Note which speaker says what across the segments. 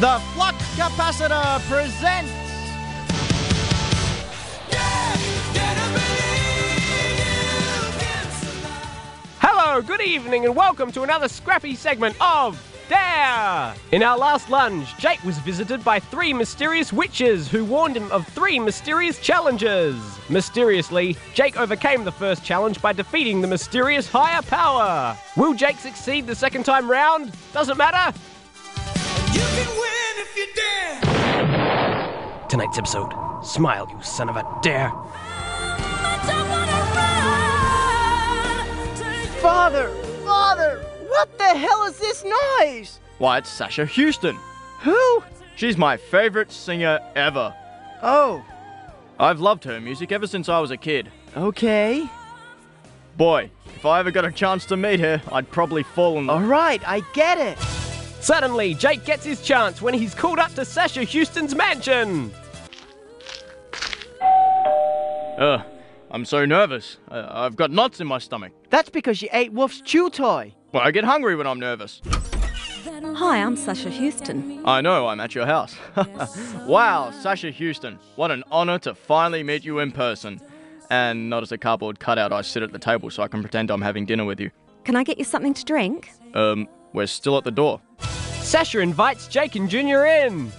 Speaker 1: The Flux Capacitor presents.
Speaker 2: Hello, good evening, and welcome to another scrappy segment of Dare! In our last lunge, Jake was visited by three mysterious witches who warned him of three mysterious challenges. Mysteriously, Jake overcame the first challenge by defeating the mysterious higher power. Will Jake succeed the second time round? Doesn't matter.
Speaker 3: You can win if you dare.
Speaker 2: Tonight's episode Smile, you son of a dare.
Speaker 4: Father! Father! What the hell is this noise?
Speaker 1: Why, it's Sasha Houston.
Speaker 4: Who?
Speaker 1: She's my favorite singer ever.
Speaker 4: Oh,
Speaker 1: I've loved her music ever since I was a kid.
Speaker 4: okay.
Speaker 1: Boy, if I ever got a chance to meet her, I'd probably fall in love.
Speaker 4: Alright, I get it.
Speaker 2: Suddenly, Jake gets his chance when he's called up to Sasha Houston's mansion.
Speaker 1: Ugh, I'm so nervous. I- I've got knots in my stomach.
Speaker 4: That's because you ate Wolf's chew toy.
Speaker 1: But I get hungry when I'm nervous.
Speaker 5: Hi, I'm Sasha Houston.
Speaker 1: I know I'm at your house. wow, Sasha Houston, what an honor to finally meet you in person. And not as a cardboard cutout, I sit at the table so I can pretend I'm having dinner with you.
Speaker 5: Can I get you something to drink?
Speaker 1: Um, we're still at the door.
Speaker 2: Sasha invites Jake and Junior in.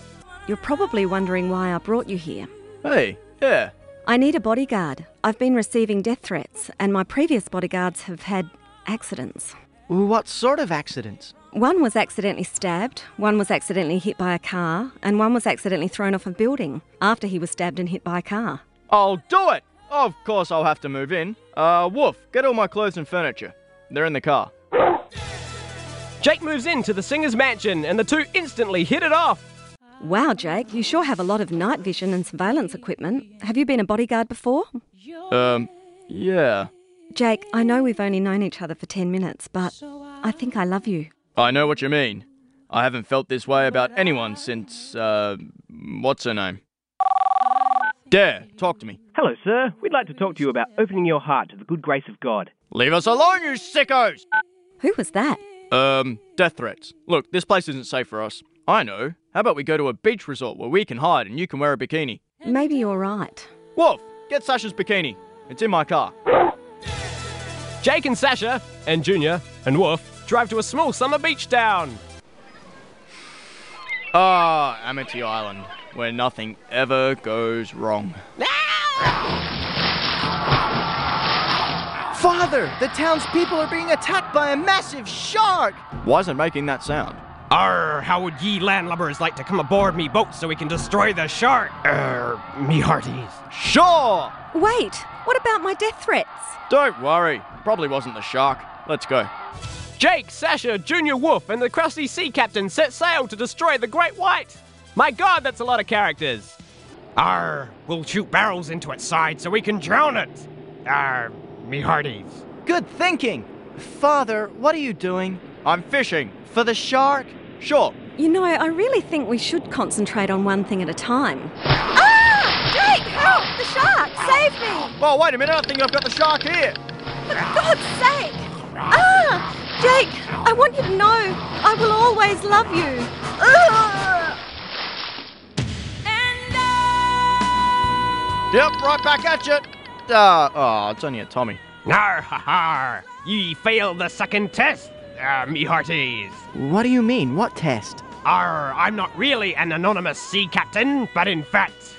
Speaker 5: You're probably wondering why I brought you here.
Speaker 1: Hey, yeah.
Speaker 5: I need a bodyguard. I've been receiving death threats, and my previous bodyguards have had accidents.
Speaker 4: What sort of accidents?
Speaker 5: One was accidentally stabbed, one was accidentally hit by a car, and one was accidentally thrown off a building after he was stabbed and hit by a car.
Speaker 1: I'll do it! Of course, I'll have to move in. Uh, Wolf, get all my clothes and furniture. They're in the car.
Speaker 2: Jake moves into the singer's mansion and the two instantly hit it off.
Speaker 5: Wow, Jake, you sure have a lot of night vision and surveillance equipment. Have you been a bodyguard before?
Speaker 1: Um, yeah.
Speaker 5: Jake, I know we've only known each other for 10 minutes, but I think I love you.
Speaker 1: I know what you mean. I haven't felt this way about anyone since, uh, what's her name? Dare, talk to me.
Speaker 6: Hello, sir. We'd like to talk to you about opening your heart to the good grace of God.
Speaker 1: Leave us alone, you sickos!
Speaker 5: Who was that?
Speaker 1: Um, death threats. Look, this place isn't safe for us. I know. How about we go to a beach resort where we can hide and you can wear a bikini?
Speaker 5: Maybe you're right.
Speaker 1: Wolf, get Sasha's bikini. It's in my car.
Speaker 2: Jake and Sasha, and Junior, and Wolf drive to a small summer beach town.
Speaker 1: Ah, Amity Island, where nothing ever goes wrong.
Speaker 4: Father, the townspeople are being attacked by a massive shark!
Speaker 1: Why is it making that sound?
Speaker 2: Arr, how would ye landlubbers like to come aboard me boat so we can destroy the shark? Err, me hearties.
Speaker 1: Sure!
Speaker 5: Wait, what about my death threats?
Speaker 1: Don't worry, probably wasn't the shark. Let's go.
Speaker 2: Jake, Sasha, Junior Wolf, and the crusty sea captain set sail to destroy the Great White. My god, that's a lot of characters. Arr, we'll shoot barrels into its side so we can drown it. Arr, me hearties.
Speaker 4: Good thinking! Father, what are you doing?
Speaker 1: I'm fishing.
Speaker 4: For the shark?
Speaker 1: Sure.
Speaker 5: You know, I really think we should concentrate on one thing at a time. Ah! Jake, help! The shark! Save me!
Speaker 1: Oh, wait a minute, I think I've got the shark here.
Speaker 5: For God's sake! Ah! Jake, I want you to know I will always love you. Ah!
Speaker 1: Yep, right back at you. Ah, oh, it's only a Tommy.
Speaker 2: Nar ha har! Ye failed the second test, uh, me hearties.
Speaker 4: What do you mean? What test?
Speaker 2: Arr, I'm not really an anonymous sea captain, but in fact,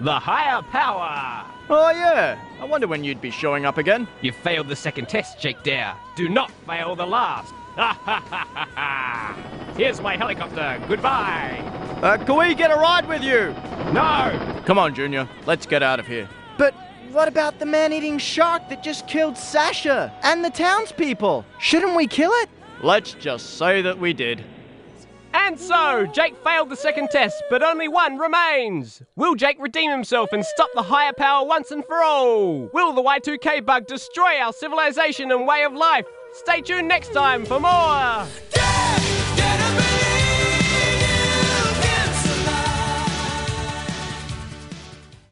Speaker 2: the higher power.
Speaker 1: Oh, yeah. I wonder when you'd be showing up again.
Speaker 2: You failed the second test, Jake Dare. Do not fail the last. Ha ha ha ha ha! Here's my helicopter. Goodbye.
Speaker 1: Uh, can we get a ride with you?
Speaker 2: No.
Speaker 1: Come on, Junior. Let's get out of here.
Speaker 4: But what about the man eating shark that just killed Sasha and the townspeople? Shouldn't we kill it?
Speaker 1: Let's just say that we did.
Speaker 2: And so, Jake failed the second test, but only one remains. Will Jake redeem himself and stop the higher power once and for all? Will the Y2K bug destroy our civilization and way of life? Stay tuned next time for more.